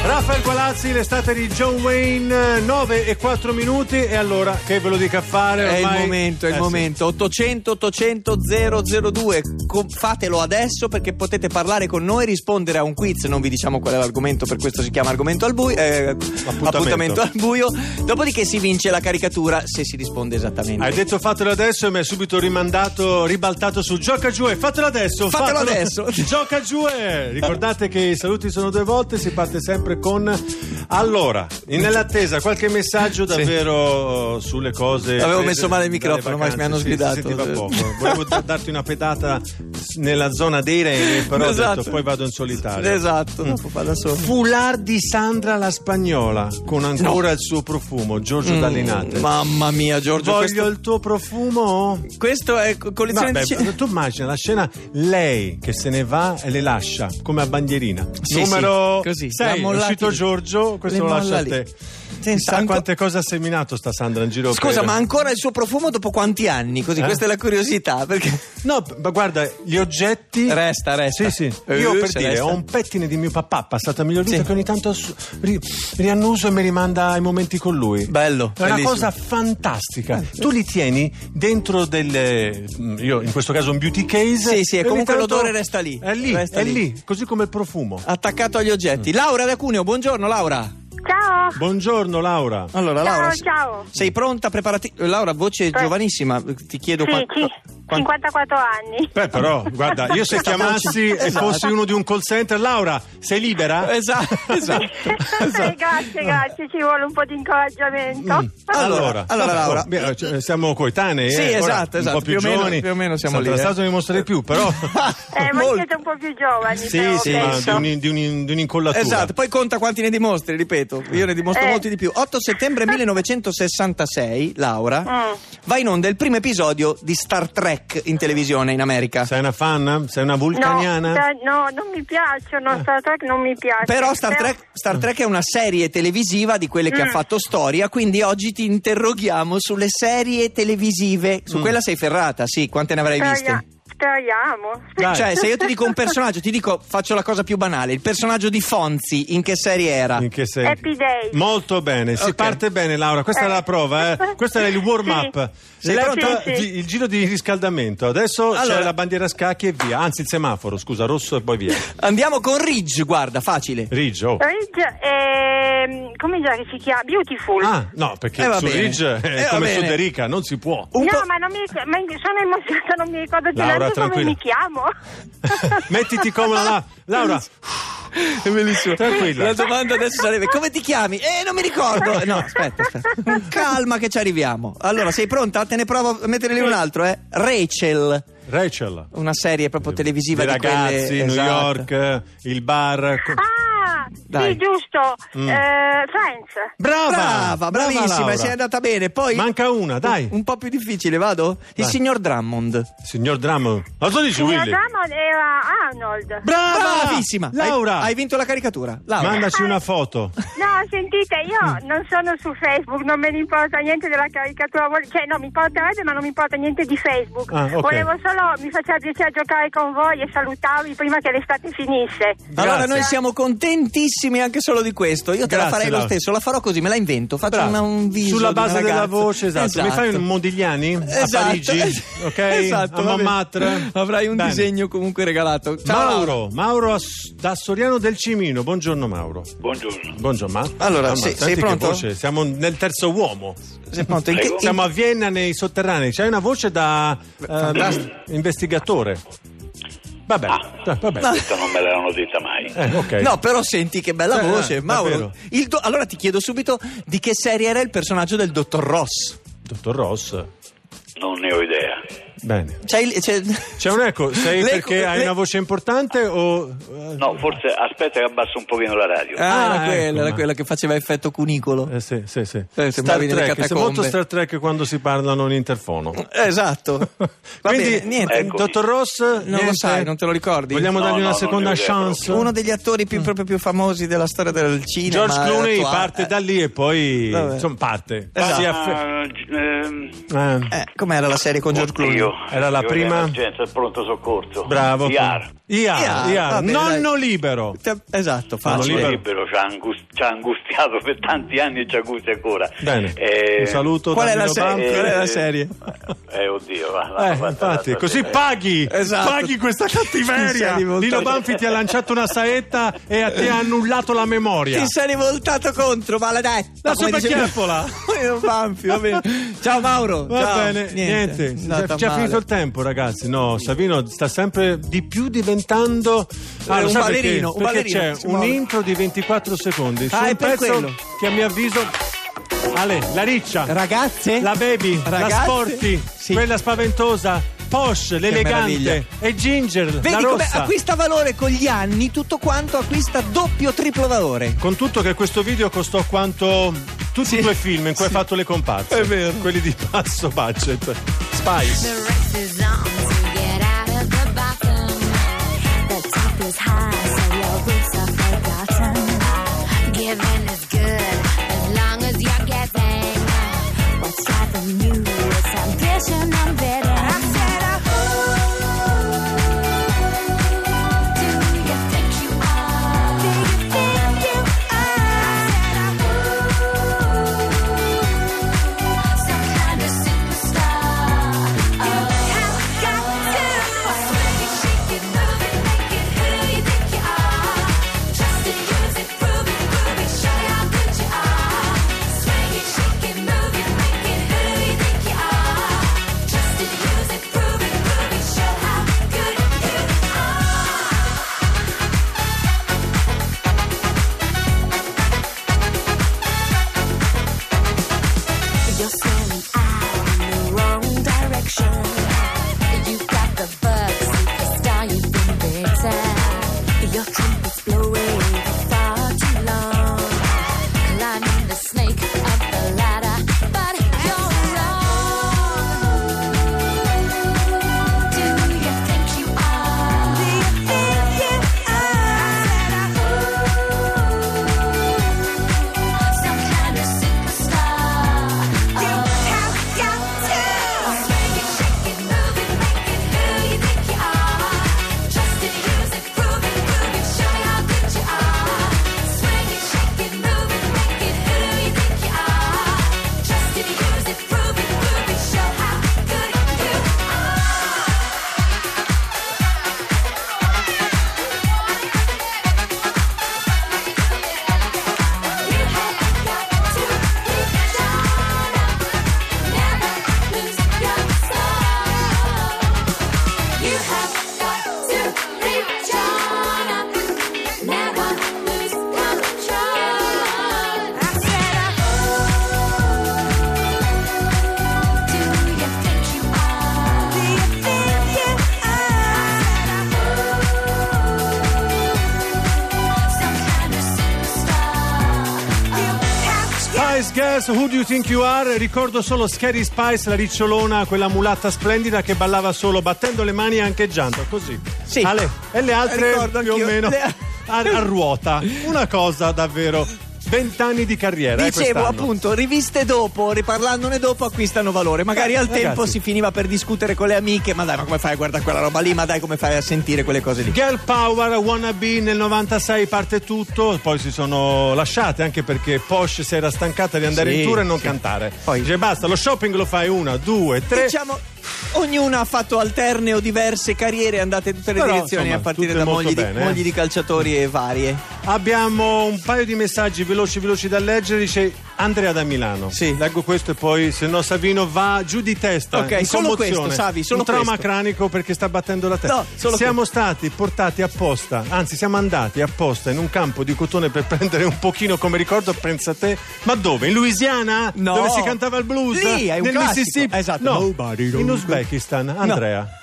Raffaele Palazzi, l'estate di John Wayne, 9 e 4 minuti. E allora che ve lo dica a fare? È il ormai? momento, è il Eh, sì. momento. 800 800 002. Com- fatelo adesso perché potete parlare con noi, rispondere a un quiz. Non vi diciamo qual è l'argomento, per questo si chiama argomento al buio. eh, appuntamento. al buio. Dopodiché si vince la caricatura se si risponde esattamente. Hai detto fatelo adesso e mi hai subito rimandato, ribaltato su gioca giù e fatelo adesso. Fatelo adesso. gioca giù e ricordate che i saluti sono due volte, si parte sempre con allora, in- nell'attesa qualche messaggio davvero sulle cose. Avevo prese messo male il dalle microfono, ma vacanze, mi hanno sì, si sgridato. sentiva poco. Volevo d- darti una pedata s- nella zona dei reni, però ho detto poi vado in solitario. Mm. Esatto, dopo vado da solo. Fular di Sandra la spagnola con ancora il suo profumo, Giorgio Mm. Dallinate. Mamma mia, Giorgio, Voglio questo, il tuo profumo? questo è co- collezione Eh, Vabbè, di ce- tu immagina la scena lei che se ne va e le lascia come a bandierina. Sì, Numero sì, così, la 6, è mollati uscito lì. Giorgio, questo Le lo lascia molla a lì. te. Senza, Chissà anco- quante cose ha seminato sta Sandra in giro. Scusa, per- ma ancora il suo profumo dopo quanti anni? Così, Eh? questa è la curiosità. Perché. No, ma guarda, gli oggetti... Resta, resta. Sì, sì. Eh, Io per se dire, resta. ho un pettine di mio papà, passata miglior vita, Sì. che ogni tanto su- ri- riannuso e mi rimanda ai momenti con lui. Bello, È una bellissimo. cosa fantastica. Tu li tieni dentro delle. mm, Io in questo caso un beauty case. Sì, sì, e e ogni comunque tanto- l'odore resta lì, È lì, resta è lì. lì. così come il profumo. attaccato agli oggetti. Laura da Cuneo, buongiorno Laura. Ciao. Buongiorno Laura. Allora Ciao, Laura, ciao. sei pronta? Preparati. Laura, voce giovanissima, ti chiedo Sì, qua- sì, qua- 54 anni. Beh, però, guarda, io se chiamassi e Esatto. fossi uno di un call center, Laura, sei libera? Esatto, esatto. esatto. grazie, grazie, ci vuole un po' di incoraggiamento. Mm. Allora, allora, Laura. Mm. Vabbè, cioè, siamo coetanei, Sì, eh, ora esatto, un esatto, po' più, più o meno- giovani. più o meno siamo Santa lì, eh. Stato mi mostra di più, però Eh, ma Molto. siete un po' più giovani. Sì, però, sì, penso. ma di, un- di un- di un'incollatura. Esatto, poi conta quanti ne dimostri, ripeto, io ne dimostro Eh. molti di più. 8 settembre 1966, Laura, Mm. va in onda il primo episodio di Star Trek in televisione in America. Sei una fan? Sei una No, vulcaniana? sta- no, non mi piacciono, Star Trek non mi piace. Ah. Però Star Trek, Mm. Star Trek è una serie televisiva di quelle che Mm. ha fatto storia, quindi oggi ti interroghiamo sulle serie televisive. Mm. Su quella sei ferrata, sì, quante ne avrai Però- viste? Speriamo. Dai. Cioè, se io ti dico un personaggio, ti dico, faccio la cosa più banale, il personaggio di Fonzi, in che serie era? In che senso? Happy Day. Ah. Molto bene, si Ok. parte bene Laura, questa è Eh. la prova, eh. questo era il warm up. Sì. Sei pronta? Sì, sì. Il giro di riscaldamento, adesso Allora. c'è la bandiera a scacchi e via, anzi il semaforo, scusa, rosso e poi via. Andiamo con Ridge, guarda, facile. Ridge, oh. Eh. Ridge, ehm, come già che si chiama? Beautiful. Ah, no, perché Eh, va su bene. Ridge è Eh, va come su bene. Derica, non si può. Un no, po'- ma, non mi, ric- ma in- sono emozionata, non mi ricordo più Laura, neanche come tranquilla. mi chiamo. Mettiti comoda là. Laura, È bellissimo. Tranquilla. La domanda adesso sarebbe: come ti chiami? Eh, non mi ricordo. No, aspetta, aspetta. Calma, che ci arriviamo. Allora, sei pronta? Te ne provo a mettere lì un altro, eh? Rachel. Rachel. Una serie proprio televisiva I di ragazzi, quelle New esatto. York, eh, il bar. co- Ah, Dai. sì, giusto. Mm. Eh, Friends. Brava! Brava, bravissima, Laura. sei andata bene. Poi Manca una, dai. Un, un po' più difficile, vado? Il Vai. signor Drummond. Signor Drummond. Ma lo dici, Signor Willy? Drummond era Arnold. Brava! Bravissima. Hai- Laura! Hai, vinto la caricatura. Laura. Mandaci una foto. No, sentite, io Mm. non sono su Facebook, non me ne importa niente della caricatura, vol- cioè no, mi importerebbe ma non mi importa niente di Facebook. Ah, ok. Volevo solo, mi faceva piacere giocare con voi e salutarvi prima che l'estate finisse. Allora, Grazie. noi siamo contentissimi anche solo di questo. Io te la Grazie, farei lo Laura. stesso, la farò così, me la invento. Faccio Brava. una- un viso. Sulla di una base della ragazza. voce, esatto. Mi fai un Modigliani Esatto. a Parigi? Ok? Esatto, A va bene. Montmartre? Avrai un Bene. disegno comunque regalato. Ciao. Laura. Mauro, Mauro Ass- da Soriano del Cimino. Buongiorno Mauro. Buongiorno. Buongiorno Mauro. Allora, sì, sei pronto? Siamo nel terzo uomo. Sei pronto? In che- Eh, in- Siamo a Vienna nei sotterranei. C'hai una voce da eh, Fantastico. investigatore. Vabbè, eh, vabbè. Questa non me l'erano detta mai. Eh, ok. No, però senti che bella Eh, voce, eh, Mauro. davvero. Il do- Allora ti chiedo subito di che serie era il personaggio del dottor Ross. Dottor Ross. Non ne ho idea. Bene. C'è il- c'è- C'è un eco, sei L'eco- perché hai l'e- una voce importante o... eh, No, forse aspetta che abbasso un pochino la radio. Ah, era Ah, quella, ecco, era ma- quella che faceva effetto cunicolo. Eh, sì, sì, sì. Eh, Star sembravi nelle Trek, sei catacombe. molto Star Trek quando si parlano in interfono. Esatto. Va Quindi, bene, niente. eh, dottor Ross, lo sai, non te lo ricordi? Vogliamo No, dargli una no, seconda non ne ho idea chance? Uno degli attori più, proprio più famosi della storia del cinema. Mm. George Clooney attua- parte eh, da lì e poi Vabbè. insomma, parte. Esatto. Si affe- Ah, ehm, eh. eh, com'era la serie con George Clooney? oddio, Argento. Era la Io prima? Argento, il pronto soccorso. Bravo. IAR. Iar, Iar, Iar. va bene, Nonno dai. libero. Te- Esatto, Sono libero. Sono facile. libero, ci ha, angus- ci ha angustiato per tanti anni e ci angustia ancora. Bene. Eh, Un saluto Qual da è la Mino se- Bampi. qual è la serie? Eh, oddio, va, l'hanno Eh, fatta infatti, l'altra così sera. paghi, Esatto. paghi questa cattiveria. Ti sei rivoltato. Lino Banfi ti ha lanciato una saetta e a- ti ha annullato la memoria. Ti sei rivoltato contro, maledetto. La Come dicevi- superchiaffola. Io banfio, va bene. Ciao Mauro. Va ciao. bene, niente, è ci andata c'è male. finito il tempo ragazzi. No, Savino sta sempre di più diventando Ah, Eh, lo un sai ballerino, perché? un Perché ballerino, c'è si un muove. intro di 24 secondi su Ah, è un per pezzo quello. che a mio avviso Ale, la riccia, Ragazze? la baby, la Ragazze? sporty, Sì. quella spaventosa, Porsche, meraviglia. l'elegante e Ginger, la Vedi come rossa. acquista valore con gli anni, tutto quanto acquista doppio o triplo valore. Con tutto che questo video costò quanto tutti i due film in cui hai fatto le comparse. È vero. Quelli di Passo Budget. Spice. The race is on, so get out of the bottom. The top is high, so your roots are forgotten. Giving is good as long as you're giving. What's out the new is ambition and bitter. I said, "Oh, do you think you are? Do you think you are? I said, "Oh, some kind of superstar. You have got to swing it, shake it, move it, make it who you think you are. Trust it, use it, prove it, prove it, show how good you are. Swing it, shake it, move it, make it who you think you are. Trust it, use it, prove it, prove it, show how good you are. You're staring out in the wrong direction. You got the bug, superstar, you've been bitten. Your trumpet's blowing far too long. Climbing the snake up the ladder, but you're wrong. Do you think you are? Do you think you are? Some kind of superstar. You have got to swing it, shake it, move it, make it who you think you are. Trust it, use it, prove it, prove it, show how good you are. Swing it, shake it, move it, make it who you think you are. Trust it, use it, prove it, prove it, show how good you are. You have got to keep shut up, never lose your soul. You have got to reach on up, never lose control. I said, do you think you are? Do you think you are? Spice Girls, Who Do You Think You Are? Ricordo Some kind of superstar. You have solo Scary Spice, la ricciolona, quella mulatta splendida che ballava solo battendo le mani e ancheggiando, così. Sì. Eh, Ale, e le altre Ricordo più o anch'io. meno Le- a, a ruota. Una cosa davvero, vent'anni di carriera. eh, Dicevo quest'anno. appunto, riviste dopo, riparlandone dopo, acquistano valore. Magari al Ragazzi. tempo si finiva per discutere con le amiche, ma dai, ma come fai a guardare quella roba lì? Ma dai, come fai a sentire quelle cose lì? Girl Power, Wannabe nel 96 parte tutto, poi si sono lasciate anche perché Porsche si era stancata di andare Sì, in tour e non sì. cantare. Poi- Dice, basta, lo shopping lo fai una, due, tre. Diciamo, ognuna ha fatto alterne o diverse carriere, andate in tutte le Però, direzioni, insomma, a partire tutte da molto mogli, bene, di, eh. mogli di calciatori e varie. Abbiamo un paio di messaggi veloci veloci da leggere, dice Andrea da Milano. Sì. Leggo questo e poi se no Savino va giù di testa. Ok, in solo commozione. questo, Savi, solo un trauma questo. cranico perché sta battendo la testa. No, solo siamo stati portati apposta, anzi siamo andati apposta in un campo di cotone per prendere un pochino come ricordo, pensa te, ma dove? In Louisiana? No. Dove si cantava il blues? Lì, è un Nel classico. Mississippi? Esatto. No, Nobody in don't- Uzbekistan, Andrea.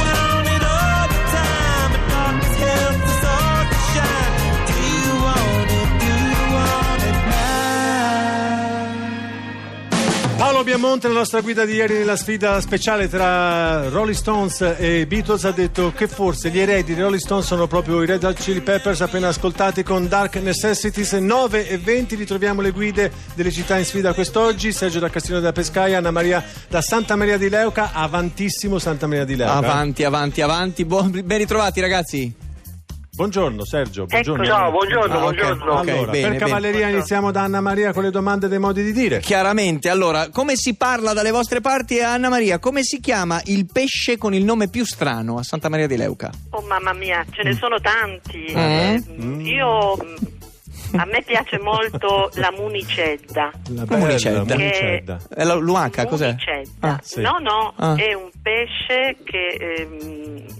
Do you want it, do you want it now? Conte, la nostra guida di ieri nella sfida speciale tra Rolling Stones e Beatles, ha detto che forse gli eredi di Rolling Stones sono proprio i Red Hot Chili Peppers appena ascoltati con Dark Necessities 9 e 20. Ritroviamo le guide delle città in sfida quest'oggi. Sergio da Castello della Pescaia, Anna Maria da Santa Maria di Leuca, avantissimo Santa Maria di Leuca. Avanti, avanti, avanti. Buon- ben ritrovati, ragazzi. Buongiorno Sergio, buongiorno. Ecco, ciao, buongiorno, Ah, ok. buongiorno. Ok, Allora, bene, per bene. cavalleria iniziamo da Anna Maria con le domande dei modi di dire. Chiaramente, allora, come si parla dalle vostre parti, Anna Maria? Come si chiama il pesce con il nome più strano a Santa Maria di Leuca? Oh mamma mia, ce ne sono tanti. Mm. Eh, Mm. Io mm, a me piace molto la municetta. La Municetta. bella Eh, Municetta. È la luaca, cos'è? Municetta. Ah. sì. No, no, Ah. è un pesce che ehm,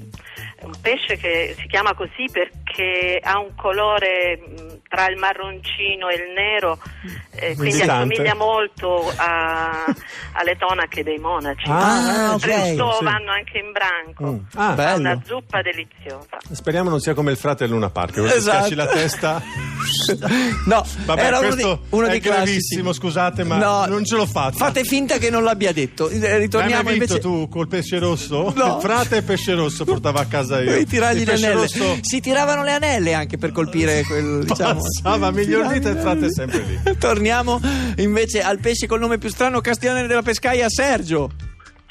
è un pesce che si chiama così perché ha un colore mh, tra il marroncino e il nero, eh, quindi Brillante. assomiglia molto a- alle tonache dei monaci. Ah, ok. Presto sì. vanno anche in branco. Mm. Ah, Beh. Fa Bello. Una zuppa deliziosa. Speriamo non sia come il frate del Luna Park, quello che Esatto. schiacci la testa. No, Vabbè, era uno questo dei, uno è dei gravissimo, classici. scusate, ma No, non ce l'ho fatta. Fate finta che non l'abbia detto. Eh, Ritorniamo L'hai mai visto invece. tu col pesce rosso? Il No. frate e pesce rosso portava a casa io. Devi tirargli il le pesce anelle. rosso Si tiravano le anelle anche per colpire quel. diciamo, Passava sì, miglior tiravano dita e le il frate anelle. è sempre lì. Torniamo invece al pesce col nome più strano, Castiglione della Pescaia, Sergio.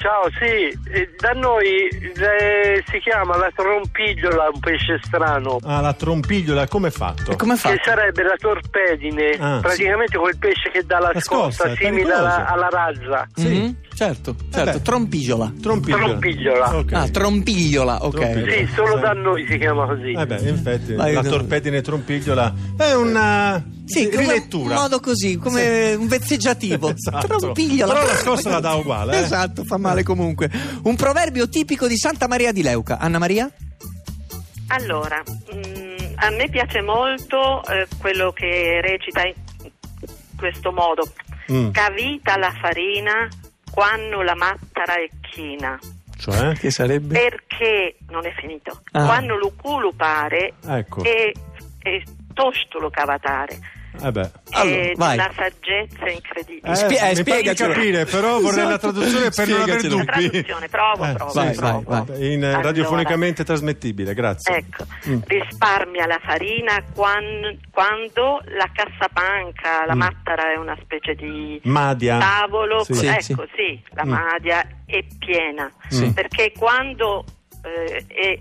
Ciao, sì, eh, da noi eh, si chiama la trompigliola, un pesce strano, Ah, la trompigliola, come è fatto? E come fa? che sarebbe la torpedine, Ah, sì. praticamente quel pesce che dà la, La scossa, scossa, è simile alla, pericoloso. alla razza. Sì. Mhm, Certo, certo, beh. trompigliola. Trompigliola. Trompigliola. Ok. Ah, trompigliola, ok. Trompigliola. Sì, solo da noi si chiama così. esatto. Eh beh, infatti, Vai, la no. torpedine trompigliola è una Sì, come- rilettura. un modo così, come un vezzeggiativo. Esatto. Trompigliola. Però la scossa la dà uguale, eh. Esatto, fa male comunque. Un proverbio tipico di Santa Maria di Leuca. Anna Maria? Allora, mm, a me piace molto eh, quello che recita in questo modo. Mm. Cavita la farina quando la mattara è china. Cioè? Che sarebbe? Perché, non è finito, Ah. quando lo culo pare Ecco. e, e tosto lo cavatare. Eh beh. Allora, è vai. una saggezza incredibile. Eh, Spie- eh, mi spiegacelo. pare di capire, però vorrei la Esatto. traduzione per non aver Spiegacelo. dubbi. La traduzione, provo, provo, Vai, provo. vai, In, eh, Allora. radiofonicamente trasmettibile, grazie. Ecco, Mm. risparmia la farina quan- quando la cassapanca, la Mm. mattara è una specie di Madia. tavolo, Sì. Sì, ecco sì, la Mm. madia è piena, Sì. perché quando eh, è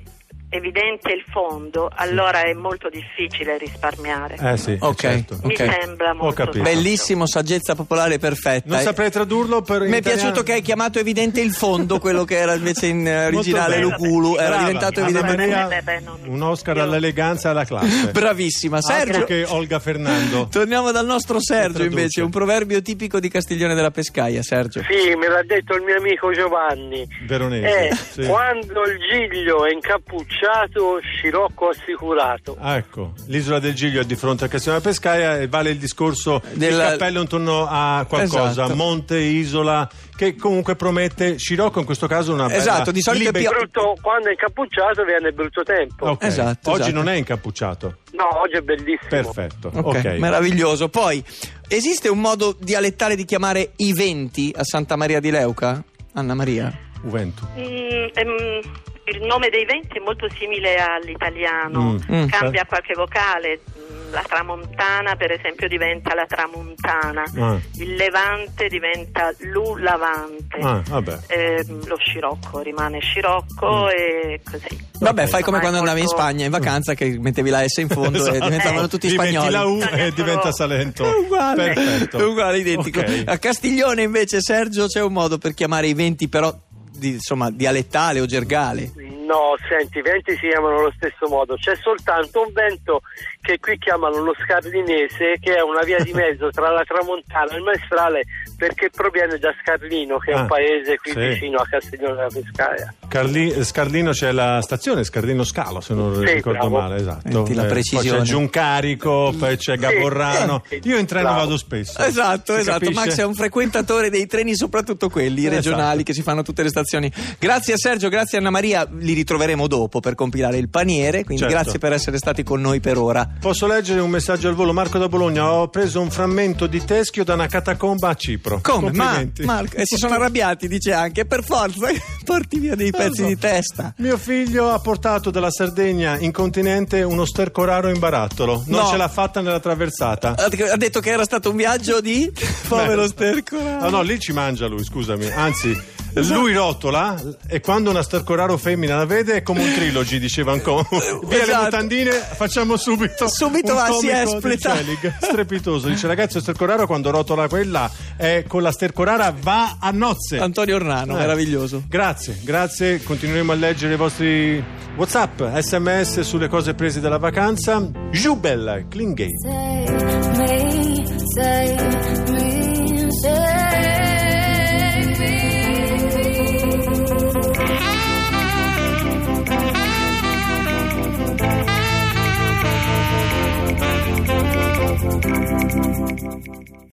evidente il fondo, allora è molto difficile risparmiare. Eh sì, Ok. certo. Mi ok. sembra molto capito. giusto. Bellissimo, saggezza popolare perfetta. Non Eh, saprei tradurlo per Mi è italiano. piato che hai chiamato evidente il fondo, quello che era invece in eh, Molto originale bene. Luculu, era Brava. diventato Anna evidente. Maria, Beh, Eh, beh, non- un Oscar io- Ah, all'eleganza e alla classe. Bravissima, Sergio. Altro Ah, che Olga Fernando. Torniamo dal nostro Sergio Traduce. invece, un proverbio tipico di Castiglione della Pescaia, Sergio. Sì, me l'ha detto il mio amico Giovanni. Veronese. Eh, sì. Quando il giglio è incappucciato, scirocco assicurato. Ah, Ecco, l'isola del Giglio è di fronte a Castiglione della Pescaia e vale il discorso del Della- cappello intorno a qualcosa, Esatto. monte, isola, che comunque promette Scirocco in questo caso una bella Esatto, di solito è libera- più- Brutto, quando è incappucciato viene brutto tempo. Ok, Esatto, Oggi esatto. non è incappucciato. No, oggi è bellissimo. Perfetto. Ok, meraviglioso. Poi, esiste un modo dialettale di chiamare i venti a Santa Maria di Leuca? Anna Maria? Uventu. Mm, ehm, il nome dei venti è molto simile all'italiano, Mm. Mm. cambia qualche vocale. Mm, La tramontana, per esempio, diventa la tramontana, Ah. il levante diventa l'ulavante, Ah, vabbè. Mm. Ehm, lo scirocco rimane scirocco e così. Vabbè, fai come Ma è quando andavi in molto- Spagna in vacanza che mettevi la S in fondo e Esatto. diventavano tutti Diventi spagnoli. la U e Spagnolo. diventa Salento. È uguale, Perfetto. è uguale, identico. Ah. Ok. A Castiglione invece, Sergio, c'è un modo per chiamare i venti, però di- insomma, dialettale o gergale. No, senti, i venti si chiamano allo stesso modo, c'è soltanto un vento che qui chiamano lo scarlinese, che è una via di mezzo tra la tramontana e il maestrale, perché proviene da Scarlino, che è Ah, un paese qui sì. vicino a Castiglione della Pescaia. Carli- eh, Scarlino c'è la stazione, Scarlino Scalo se non Sì, ricordo bravo. male, esatto. Senti la precisione. Poi c'è Giuncarico, poi c'è Gaborrano. sì. Io in treno Bravo. vado spesso. Esatto, Si esatto. capisce? Max è un frequentatore dei treni, soprattutto quelli Esatto. regionali che si fanno a tutte le stazioni. Grazie a Sergio, grazie a Anna Maria. Li ritroveremo dopo per compilare il paniere. Quindi Certo. grazie per essere stati con noi per ora. Posso leggere un messaggio al volo? Marco da Bologna, ho preso un frammento di teschio da una catacomba a Cipro. Come? Ma, Complimenti. Marco, e si sono arrabbiati, dice anche, per forza, porti via dei pezzi di testa. Mio figlio ha portato dalla Sardegna in continente uno sterco raro in barattolo. Non No. ce l'ha fatta nella traversata. Ha ha detto che era stato un viaggio di... Povero Beh. stercola. Ah, No, no, lì ci mangia lui, scusami. Anzi, lui rotola e quando una stercoraro femmina la vede è come un trilogy, diceva ancora. Via Esatto. le mutandine, facciamo subito. Subito un va, si comico di espleta. Selig. Strepitoso. Dice ragazzo, il stercoraro quando rotola quella è con la stercorara va a nozze. Antonio Ornano, Eh. meraviglioso. Grazie, grazie. Continueremo a leggere i vostri WhatsApp, SMS sulle cose prese dalla vacanza. Jubel, Klingate. Take me, take